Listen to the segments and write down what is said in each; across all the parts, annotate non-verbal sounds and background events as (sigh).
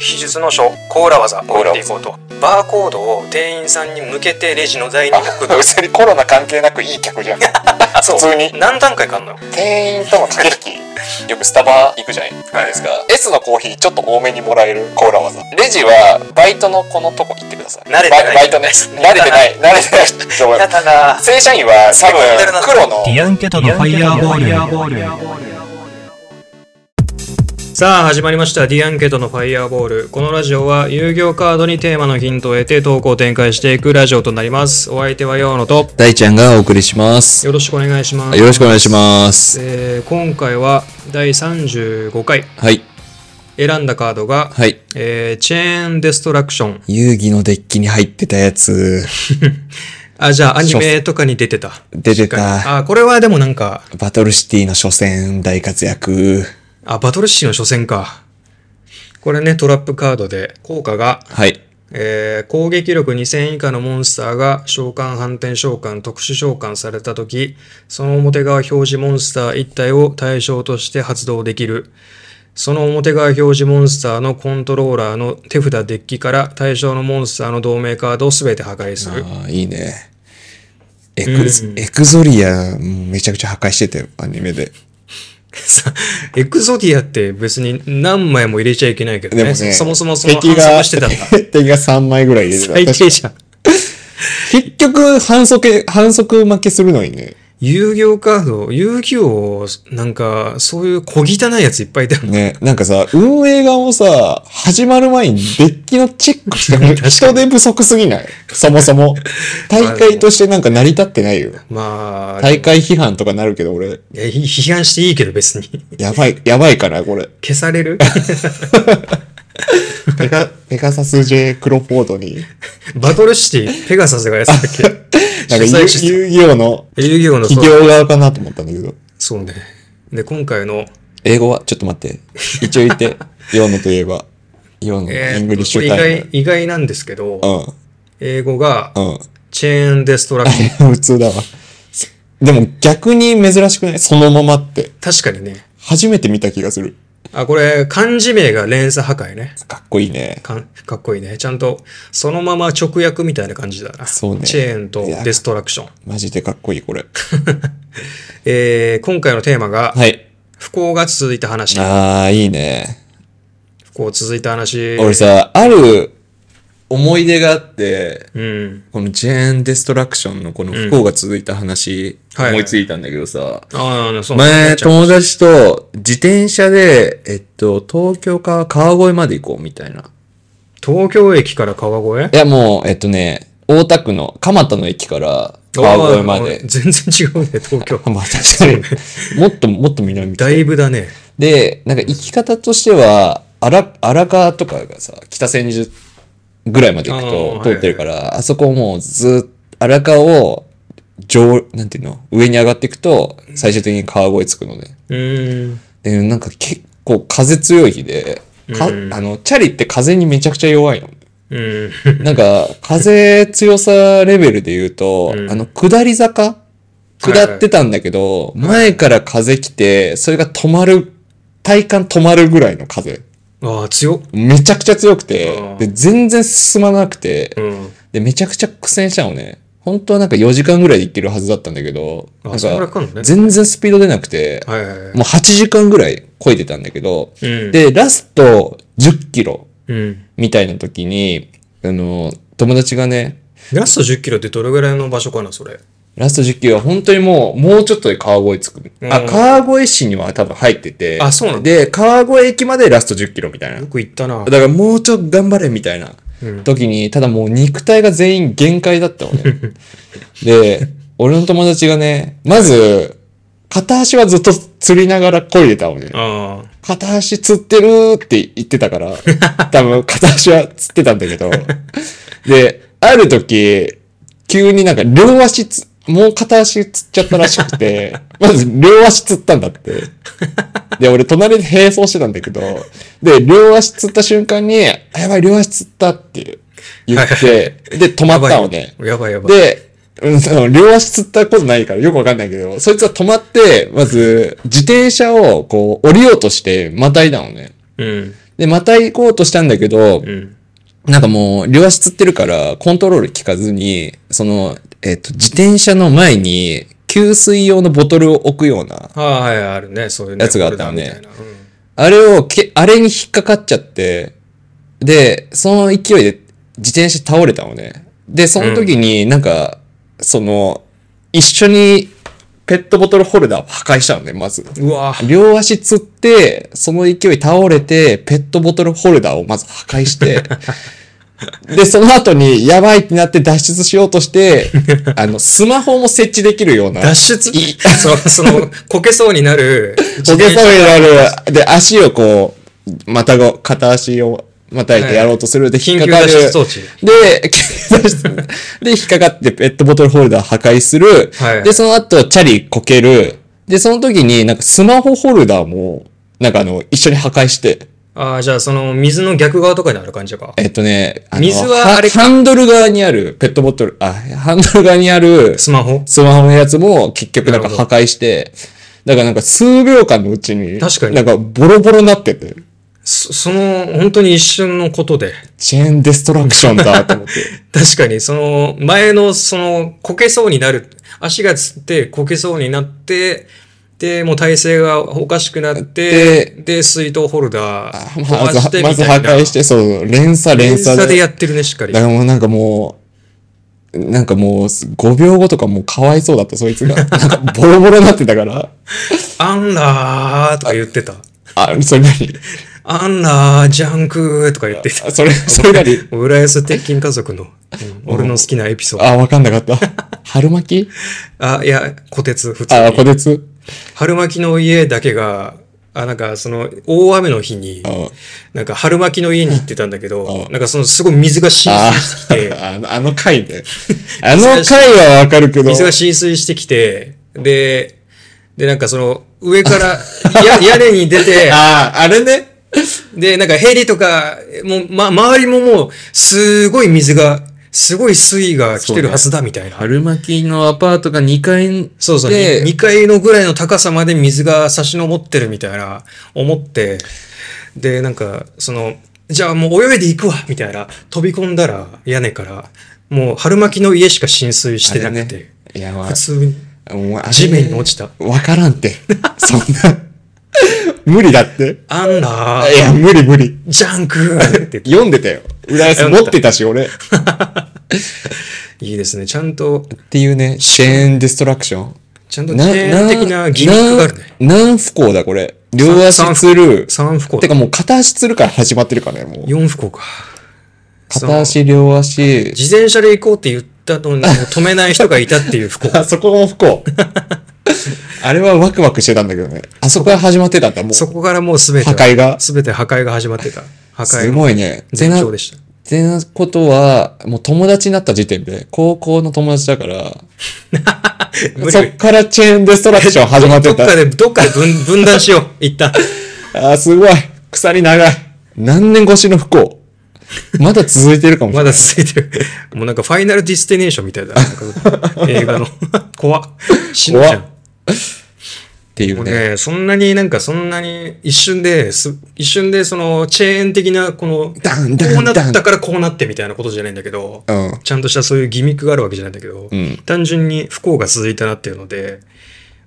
秘術の書コーラ技をやっていこうとバーコードを店員さんに向けてレジの台に置くあ別にコロナ関係なくいい客じゃん (laughs) そう普通に何段階かあんのよ店員との駆け引きよくスタバ行くじゃないですか、S のコーヒーちょっと多めにもらえるコーラ技レジはバイトのこのとこ行ってください慣れてないバイバイトね慣れてない慣れ (laughs) て (laughs) ないと思いますただ正社員は多分黒のディアンケトのファイヤーボール。さあ始まりました「ディアンケートのファイヤーボール」このラジオは有業カードにテーマのヒントを得て投稿を展開していくラジオとなりますお相手はヨーノと大ちゃんがお送りします。よよろしくお願いしますろしくお願いしす、ます。えー今回は第35回はい。選んだカードが、はい。えーチェーンデストラクション遊戯のデッキに入ってたやつ、 (laughs) あじゃあアニメとかに出てた出てた。あこれはでもなんかバトルシティの初戦大活躍。あバトルシーの初戦かこれねトラップカードで効果がはい。えー攻撃力2000以下のモンスターが召喚、反転召喚、特殊召喚されたとき、その表側表示モンスター1体を対象として発動できる。その表側表示モンスターのコントローラーの手札デッキから対象のモンスターの同盟カードをすべて破壊する。ああ、いいね。エクゾ、エクゾリア、うんめちゃくちゃ破壊してたよ、アニメで。さ (laughs) エクゾディアって別に何枚も入れちゃいけないけどでね。もね、そもそもその敵反が則してたんだ。 (laughs) 敵が3枚ぐらい入れてた。最低じゃん。結局、反則、反則負けするのにね。遊戯王カード、遊戯王、なんか、そういう小汚いやついっぱいいたよねね、なんかさ、運営側もさ、始まる前にデッキのチェックして、人手不足すぎないそも (laughs) そも。大会としてなんか成り立ってないよ。まあ、大会批判とかなるけど、俺、いやひ批判していいけど別に。 (laughs) やばい、やばいから、これ。消される (laughs) ペガ、ペガサス J クロフォードに、バトルシティ、ペガサスがやってたっ (laughs) なけんか主遊催者遊戯王の遊戯王のそう企業側かなと思ったんだけど。そうね。で、今回の、英語は、ちょっと待って。一応 (laughs) 言って、ヨーノといえば、ヨーノ、えーイングリッシこれュ意タイム外、。意外なんですけど、う英語が、ん、 (laughs) うん。チェーンデストラク (laughs) ション。普通だわ。でも逆に珍しくないそのままって。確かにね。初めて見た気がする。あ、これ、漢字名が連鎖破壊ね。かっこいいね。かんかっこいいね。ちゃんと、そのまま直訳みたいな感じだな。そうねチェーンとデストラクション。マジでかっこいい、これ。えー、今回のテーマが、はい。不幸が続いた話。あー、いいね。不幸続いた話。俺さ、ある思い出があって、うん。このジェーン・デストラクションのこの不幸が続いた話、はい思いついたんだけどさ、ああ、そう前、ちゃん友達と自転車で、えっと、東京から川越まで行こうみたいな。東京駅から川越いや、もう、えっとね、大田区の蒲田の駅から川越まおでー。全然違うね、東 (laughs) 京。まあ確かに。 (laughs) もっともっと南だいぶだね。で、なんか行き方としては、荒荒川とかがさ、北千住ぐらいまで行あーくと通ってるから、あそこをもうずっと荒川を上、なんていうの上に上がっていくと、最終的に川越着くのね。うーん。で、なんか結構風強い日で、か、うんあの、チャリって風にめちゃくちゃ弱 (laughs) いの。うん。なんか、風強さレベルで言うと、うんあの、下り坂いはい下ってたんだけど、前から風来て、それが止まる、体感止まるぐらいの風。ああ、強っ。めちゃくちゃ強くあてー、で、全然進まなくうて、ん。で、めちゃくちゃ苦戦したのね。本当はなんか4時間ぐらいで行ってるはずだったんだけど、あなんそんぐらいかかかんのね、全然スピード出なくて、はいはいはい。もう8時間ぐらい漕いでたんだけど、うん。、で、ラスト10キロうん。みたいな時に、あの、友達がね、ラスト10キロってどれぐらいの場所かな、それ。ラスト10キロは本当にもう、もうちょっとで川越着く。あ、うん川越市には多分入ってて。あそうなんだで、川越駅までラスト10キロみたいな。よだく行ったな。からもうちょっと頑張れみたいなうん時に、ただもう肉体が全員限界だった (laughs) のね。で、俺の友達がね、まず、片足はずっと釣りながら漕いでたのね。あ片足釣ってるって言ってたから、 (laughs) 多分片足は釣ってたんだけど、で、ある時、急になんか両足つ、もう片足釣っちゃったらし (laughs) くて、まず両足釣ったんだって。で、俺隣で並走してたんだけど、で、両足釣った瞬間に、あやばい、両足釣ったって (laughs) 言って、で、止あ。まやっばたいのよね。やばいやばい。で、うん、その両足つったことないからよくわかんないけど、そいつは止まって、まず、自転車をこう、降りようとして、またいだのね。うん。で、また行こうとしたんだけど、うん。なんかもう、両足つってるから、コントロール効かずに、その、えっ、と、自転車の前に、給水用のボトルを置くような、ああ、はい、あるね。そういうねやつがあったのねフォルダみたいなうんあれをけ、あれに引っかかっちゃって、で、その勢いで自転車倒れたのね。で、その時になんか、その、一緒にペットボトルホルダーを破壊したのね、まず。うわぁ両足つって、その勢い倒れて、ペットボトルホルダーをまず破壊 (laughs) して、で、その後に、やばいってなって脱出しようとして、あの、スマホも設置できるような。脱出いいそう、その、こけそうにな (laughs) る。ポケそうになる。で、足をこう、またご、片足をまたいてやろうとする。で、緊引っ急かか脱る。出装置。で、緊急脱出 (laughs) で、引っかかってペットボトルホルダー破壊する。はいで、その後、チャリこける。で、その時になんかスマホホルダーも、なんかあの、一緒に破壊して。ああ、じゃあその、水の逆側とかにある感じか。えっとね、あの水はあれかハンドル側にある、ペットボトル、あ、ハンドル側にある、スマホスマホのやつも結局なんかなるほ破壊して、だからなんか数秒間のうちに、確かになんかボロボロになってて、そその、本当に一瞬のことで。チェーンデストラクションだと思 (laughs) って。確かに、その、前の、その、こけそうになる。足がつって、こけそうになって、で、もう体勢がおかしくなって、で、水筒ホルダー飛まずばはしてみたいな。まず破壊して、そう、連鎖連連鎖鎖で。でやってるね、しっかりだ。からもうなんかもう、なんかもう5秒後とかもうかわいそうだった、そい (laughs) つが。なんかボロボロになってたから。あんらーとか言ってた。あ、それ何あんらー、ジャンクーとか言ってた (laughs) あ。それ、それ何もう浦安鉄筋家族の、うん俺の好きなエピソード。あ、わかんなかった。春巻きあ、いや、虎鉄、普通あ、に。こてつ。春巻きの家だけが、あ、なんかその、大雨の日に、うんなんか春巻きの家に行ってたんだけどう、んなんかそのすごい水が浸あ水して (laughs) きて、あの、あの回 (laughs) ね。あの回はわかるけど。水が浸水してきて、で、で、なんかその、上から、や屋根に出 (laughs) て、ああ、あれね。で、なんかヘリとか、もう、ま、周りももう、すごい水が、すごい水位が来てるはずだみたいな。春巻きのアパートが2階そうそう、で、 2階のぐらいの高さまで水が差し上ってるみたいな、思って、で、なんか、その、じゃあもう泳いで行くわみたいな、飛び込んだら、屋根から、もう春巻きの家しか浸水してなくて、あれねいや、まあ普通にもうあれ地面に落ちた。わからん (laughs) って。そんな。無理だって。あんな、いや、無理無理。ジャンクーって言って読んでたよ。浦安持ってたし、俺。っいいですね。ちゃんと、ていうね、チェーンデストラクション。ちゃんとチェーン的なギミックがあるね。な何不幸だ、これ。両三足つる。三不幸てかもう片足つるから始まってるからね、もう。 4不幸か。片足、両 (laughs) 足。自転車で行こうって言ったのに、もう止めない人がいたっていう不 (laughs) 幸。あそこも不幸。あれはワクワクしてたんだけどね。あそこが始まってたんだ、もう。そこからもうすべて、破壊がすべて破壊が始まってた。破す壊のごいね。前てな兆、でした。てなことは、もう友達になった時点で、高校の友達だから、無そ理っからチェーンデストラクション始まっどてっかた。で、どっかで分分断しよう。一旦。あー、すごい。鎖長い。何年越しの不幸。まだ続いてるかもしれまない。だ続いてる。もうなんかファイナルディスティネーションみたいだな。なん (laughs) か映画の。怖っ。死ぬじゃ怖ん。っっていもううね。ね、そんなになんかそんなに一瞬です、一瞬でそのチェーン的なこの、こダンダンうなっダンたからこうなってみたいなことじゃないんだけど、うんちゃんとしたそういうギミックがあるわけじゃないんだけど、ん単純に不幸が続いたなっていうので、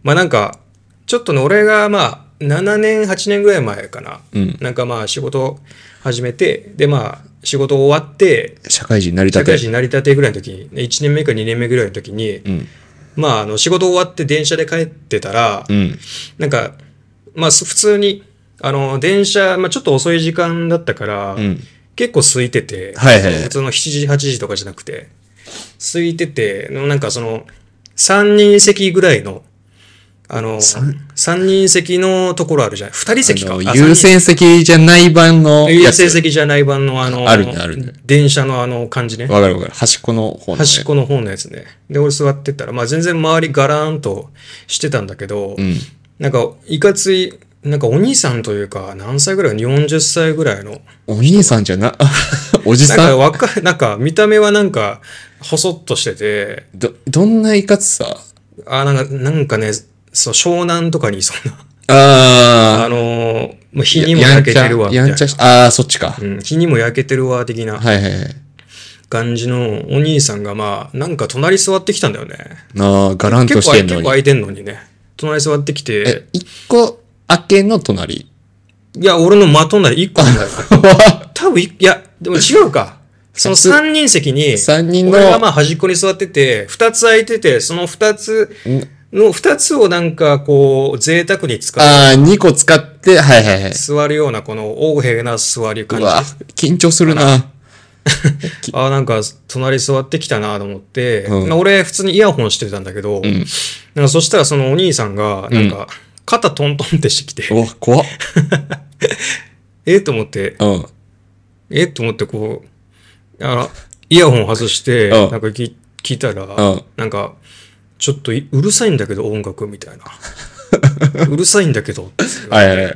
まあなんか、ちょっとね、俺がまあ7年、8年ぐらい前かな、うんなんかまあ仕事始めて、でまあ仕事終わって、社会人になりた社て会。人になりたてぐらいの時に、1年目か2年目ぐらいの時に、うん。まああの仕事終わって電車で帰ってたら、うん。なんか、まあ、す普通に、あの、電車、まあ、ちょっと遅い時間だったから、うん。結構空いてて、はいはいはい普通の7時、8時とかじゃなくて、空いてて、なんかその、3人席ぐらいの、あの、三3人席のところあるじゃない ?2 人席か。あのあ優先席じゃない版の優やつ。先席じゃない版のあの、あるねあるね電車のあの感じね。わかるわかる。端っこの方の、ね。端っこの方のやつね。で、俺座ってったら、まあ全然周りガラーンとしてたんだけど、うん。なんか、いかつい、なんかお兄さんというか、何歳ぐらい ?40 歳ぐらいの。お兄さんじゃな、 (laughs) おじなんさかん若い、なんか見た目はなんか、細っとしてて、ど、どんないかつさあ、なんか、なんかね、そう、湘南とかにいそうな、ああのーもう日にも焼けてるわみたやいんなちゃし、ああ、そっちか。うん、日にも焼けてるわ的なはいはいはい。感じのお兄さんがまあなんか隣座ってきたんだよねああ、ガランと結し構て結ん構のに空。いてんのにね隣座ってきえて、一個明けの隣。いや俺の的になり1個なん (laughs) だよ多分いいやでも違うかその普通3人席に三人の俺がまあ端っこに座ってて2つ空いててその2つの2つをなんかこう贅沢に使うああ、二個使って、はいはいはい。座るようなこの横柄な座り感うじわ、緊張するな。あーなんか隣座ってきたなと思って、うんまあ俺普通にイヤホンしてたんだけど、なんかそしたらそのお兄さんがなんか肩トントンってしてきて、お、怖っ。えーと思って、うん。えーと思ってこう、あらイヤホン外して、うんなんか聞聞いたら、んなんかちょっというるさいんだけど音楽み (laughs) たいな。うるさいんだけどって言わはれいはいはい。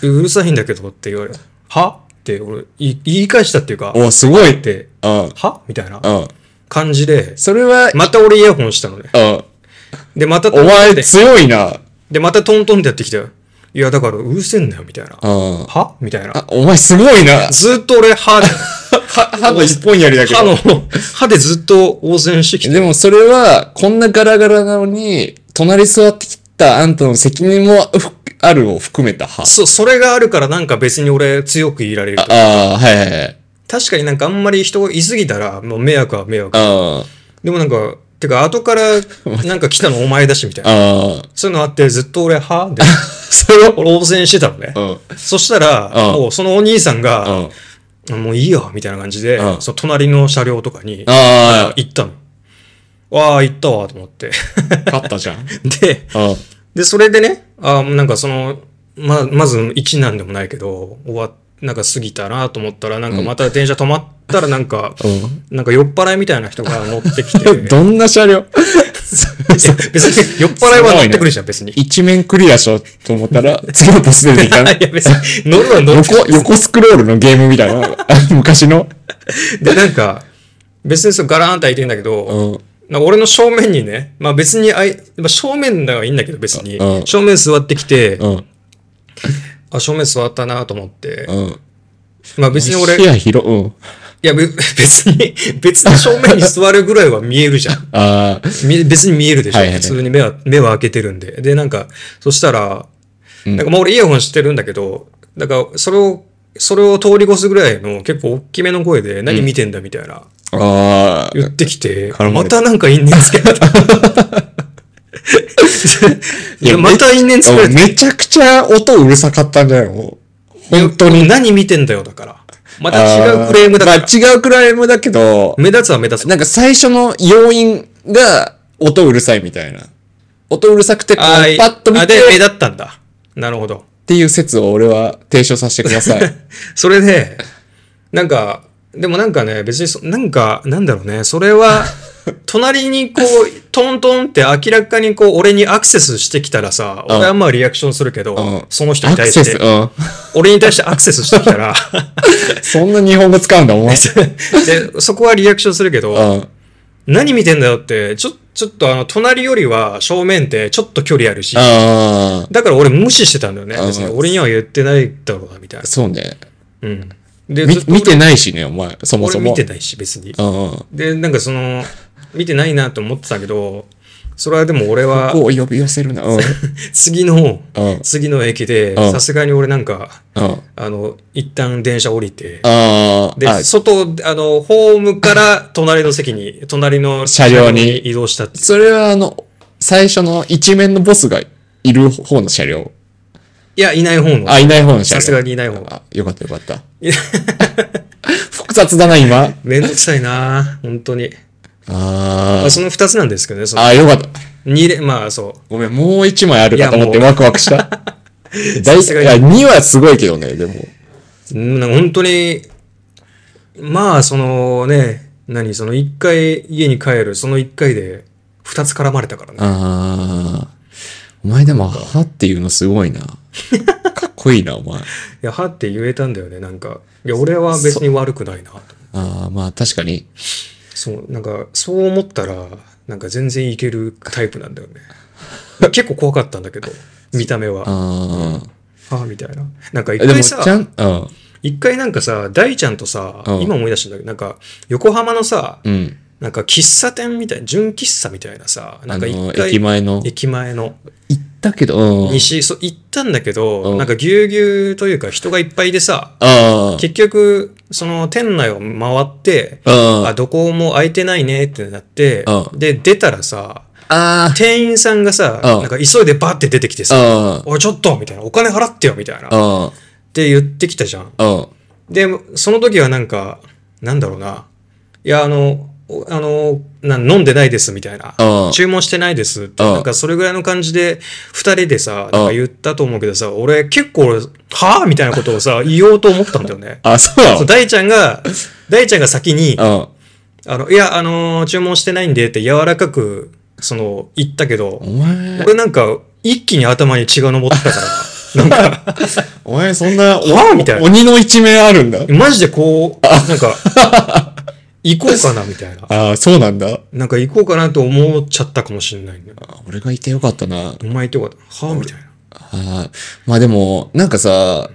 てうるさいんだけどって言われはって俺言い言い返したっていうか、っお、すごい。て、うん。うん。はみたいな感じで、それは、また俺イヤホンしたのね。うん。で、またトントおンっ前て、強いな。で、またトントンってやってきたよ。いや、だから、うるせえんだよ、みたいな。うん。はみたいなあ。、お前すごいな。ずーっと俺、歯で、歯の一本やりだけ歯ど。の、歯でずっと応戦してきて、でもそれは、こんなガラガラなのに、隣座ってきたあんたの責任もふあるを含めた歯。そ、それがあるからなんか別に俺強く言いられると。ああ、はいはいはい。確かになんかあんまり人がいすぎたら、もう迷惑は迷惑。あでもなんか、てか後 (laughs) からなんか来たのお前だし、みたいあ、な。ああ、そういうのあって、ずっと俺、はで、それを、俺応戦してたのね。うん。そしたら、うんもうそのお兄さんが、あもういいよ、みたいな感じで、うんその隣の車両とかにあ、行ったの。わあ、行ったわ、と思って。 (laughs) 勝ったじゃん。で、あで、それでね、あーなんかその、ま、まず一なんでもないけど、終わなんか過ぎたなと思ったら、なんかまた電車止まったらなんか、なんか酔っ払いみたいな人が乗ってきて、あ。 (laughs) どんな車両別に酔っ払いは乗ってくるじゃん、別に。い一面クリアしようと思ったら、次のボス出てきたや、ね。別に乗るは乗る。横、横スクロールのゲームみたいな、昔の。で、なんか、別にそうガラーンって開いてんだけど、うん。なんか俺の正面にね、まあ別にあい、まあ、正面だからいいんだけど別に、うん正面座ってきて、うん。あ、正面座ったなと思って、うん。まあ別に俺、視い野広、うん。やべ (laughs) 別に、別に正面に座るぐらいは見えるじゃ (laughs) ん。ああ、み別に見えるでしょ、はいはいはい普通に目は、目は開けてるんで。で、なんか、そしたら、なんかもう俺イヤホンしてるんだけど、だからそれを、それを通り越すぐらいの結構大きめの声で何見てんだみたいな、ああ、言ってきて絡、ままれたなんか因縁つ (laughs) けられた。い (laughs) や、また因縁つけられた。めちゃくちゃ音うるさかったんじゃないの本当に。何見てんだよ、だから。また違うクレームだかあら。ーまあ違うクレームだけど、目立つは目立つ。なんか最初の要因が音うるさいみたいな。音うるさくて、こうあーパッと見あてで、目っ立ったんだ。なるほど。ていう説を俺は提唱させてく (laughs) ださい。それで、なんか、でもなんかね、別にそ、なんか、なんだろうね、それ (laughs) は、隣にこう、トントンって明らかにこう、俺にアクセスしてきたらさ、俺はまあリアクションするけど、うんその人アにク対セしス、て、うん。俺に対してアクセスしてきた (laughs) ら、 (laughs) そんな日本語使うんだ、お前。で、そこはリアクションするけど、うん。何見てんだよって、ちょ、ちょっとあの、隣よりは正面ってちょっと距離あるし、ああ、だから俺無視してたんだよね。あー別に俺には言ってないだろうな、みたいな。そうね。うん。で、みずっと俺見てないしね、お前、そもそ俺も。見てないし、別に。うんうん。で、なんかその、見てないなと思ってたけど、それはでも俺は、こう呼び寄せるな。うん。うん。次の、 (laughs) うん次の駅で、うんさすがに俺なんか、ああの、一旦電車降りて、あー、で、あ外、あの、ホームから隣の席に、隣の車両に移動したって。それはあの、最初の一面のボスがいる方の車両。いや、いない方の。あ、いない方の車両。さすがにいない方。あ、よかったよかった。 (laughs) 複雑だな、今。あめんどくさいな本当に。ああその二つなんですけどね、そのあー、よかった。二連、まあそう。ごめん、もう一枚あるかと思っていやもうワクワ (laughs) クした。大すいがにや、2はすごいけどね、でも。うんなんか本当に、まあ、そのね、何、その一回家に帰る、その一回で二つ絡まれたからね。ああ。お前でも、はっていうのすご (laughs) いな。かっこいいな、お前。いや、はって言えたんだよね、なんか。いや、俺は別に悪くないなと。ああ、まあ確かに。そう、なんか、そう思ったら、なんか全然いけるタイプなんだよね。結構怖かったんだけど、見た目は。ああ。あみたいな。なんかえ一でも、回ちさ、ゃん、うん。一回なんかさ、大ちゃんとさ、うん今思い出したんだけど、なんか横浜のさ、うん。なんか喫茶店みたいな、純喫茶みたいなさ、なあんか一の、回、駅前の。駅前の行ったけど、うん。西、そう行ったんだけど、うんなんかぎゅうぎゅうというか人がいっぱいでさ、あ結局、その店内を回って、あ。あ、あどこも空いてないねってなって、うんで、出たらさ、あ。店員さんがさ、うんなんか急いでバーって出てきてさ、あおい、ちょっとみたいな、お金払ってよみたいな、っあ。て言ってきたじゃん。うん。で、その時はなんか、なんだろうな。いや、あの、おあの、なん飲んでないですみたいなうん。注文してないですって、うんなんかそれぐらいの感じで、二人でさ、なんうかん。言ったと思うけどさ、俺結構、はぁみたいなことをさ、言おうと思ったんだよねあ、そうなそう、大ちゃんが、大ちゃんが先に、のあの、いや、あのー注文してないんでって柔らかく、その、言ったけどうん。、お前、俺なんか、一気に頭に血が上ってたから、なんか、お前そんな、わおあみたいな鬼の一面あるんだ。マジでこう、なんか、 (laughs) 行こうかな、みたいな。ああ、そうなんだ。なんか行こうかなと思っちゃったかもしれないんだよ。あ俺がいてよかったな。お前とか、はぁみたいな。ああ、まあでも、なんかさ、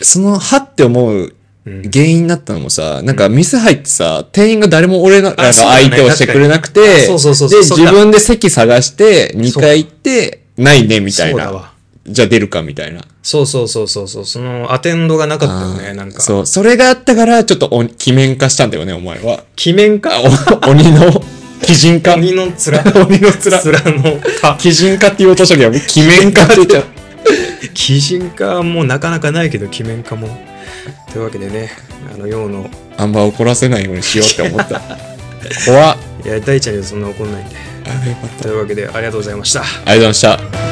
その、はって思ううん原因になったのもさ、なんか店入ってさ、店員が誰も俺らのあそうだね相手をしてくれなくて、確かにあそうそうそうで、そう自だ分で席探して、2階行って、ないね、みたいそうだな。わ。じゃあ出るか、みたいな。そうそうそうそうそう、そのアテンドがなかったよあね、ーなんか。そう、それがあったから、ちょっと鬼、鬼面化したんだよね、お前は。鬼面か、お鬼の、鬼人化。鬼の面。鬼の (laughs) 面のか。鬼人化って言おうとしたけど、鬼面化って言っちゃう。鬼人化もなかなかないけど、鬼面化も。というわけでね、あの、ようの、あんま怒らせないようにしようって思った。怖っ。いや、大ちゃんにはそんな怒んないんで。あよかった。というわけで、ありがとうございました。ありがとうございました。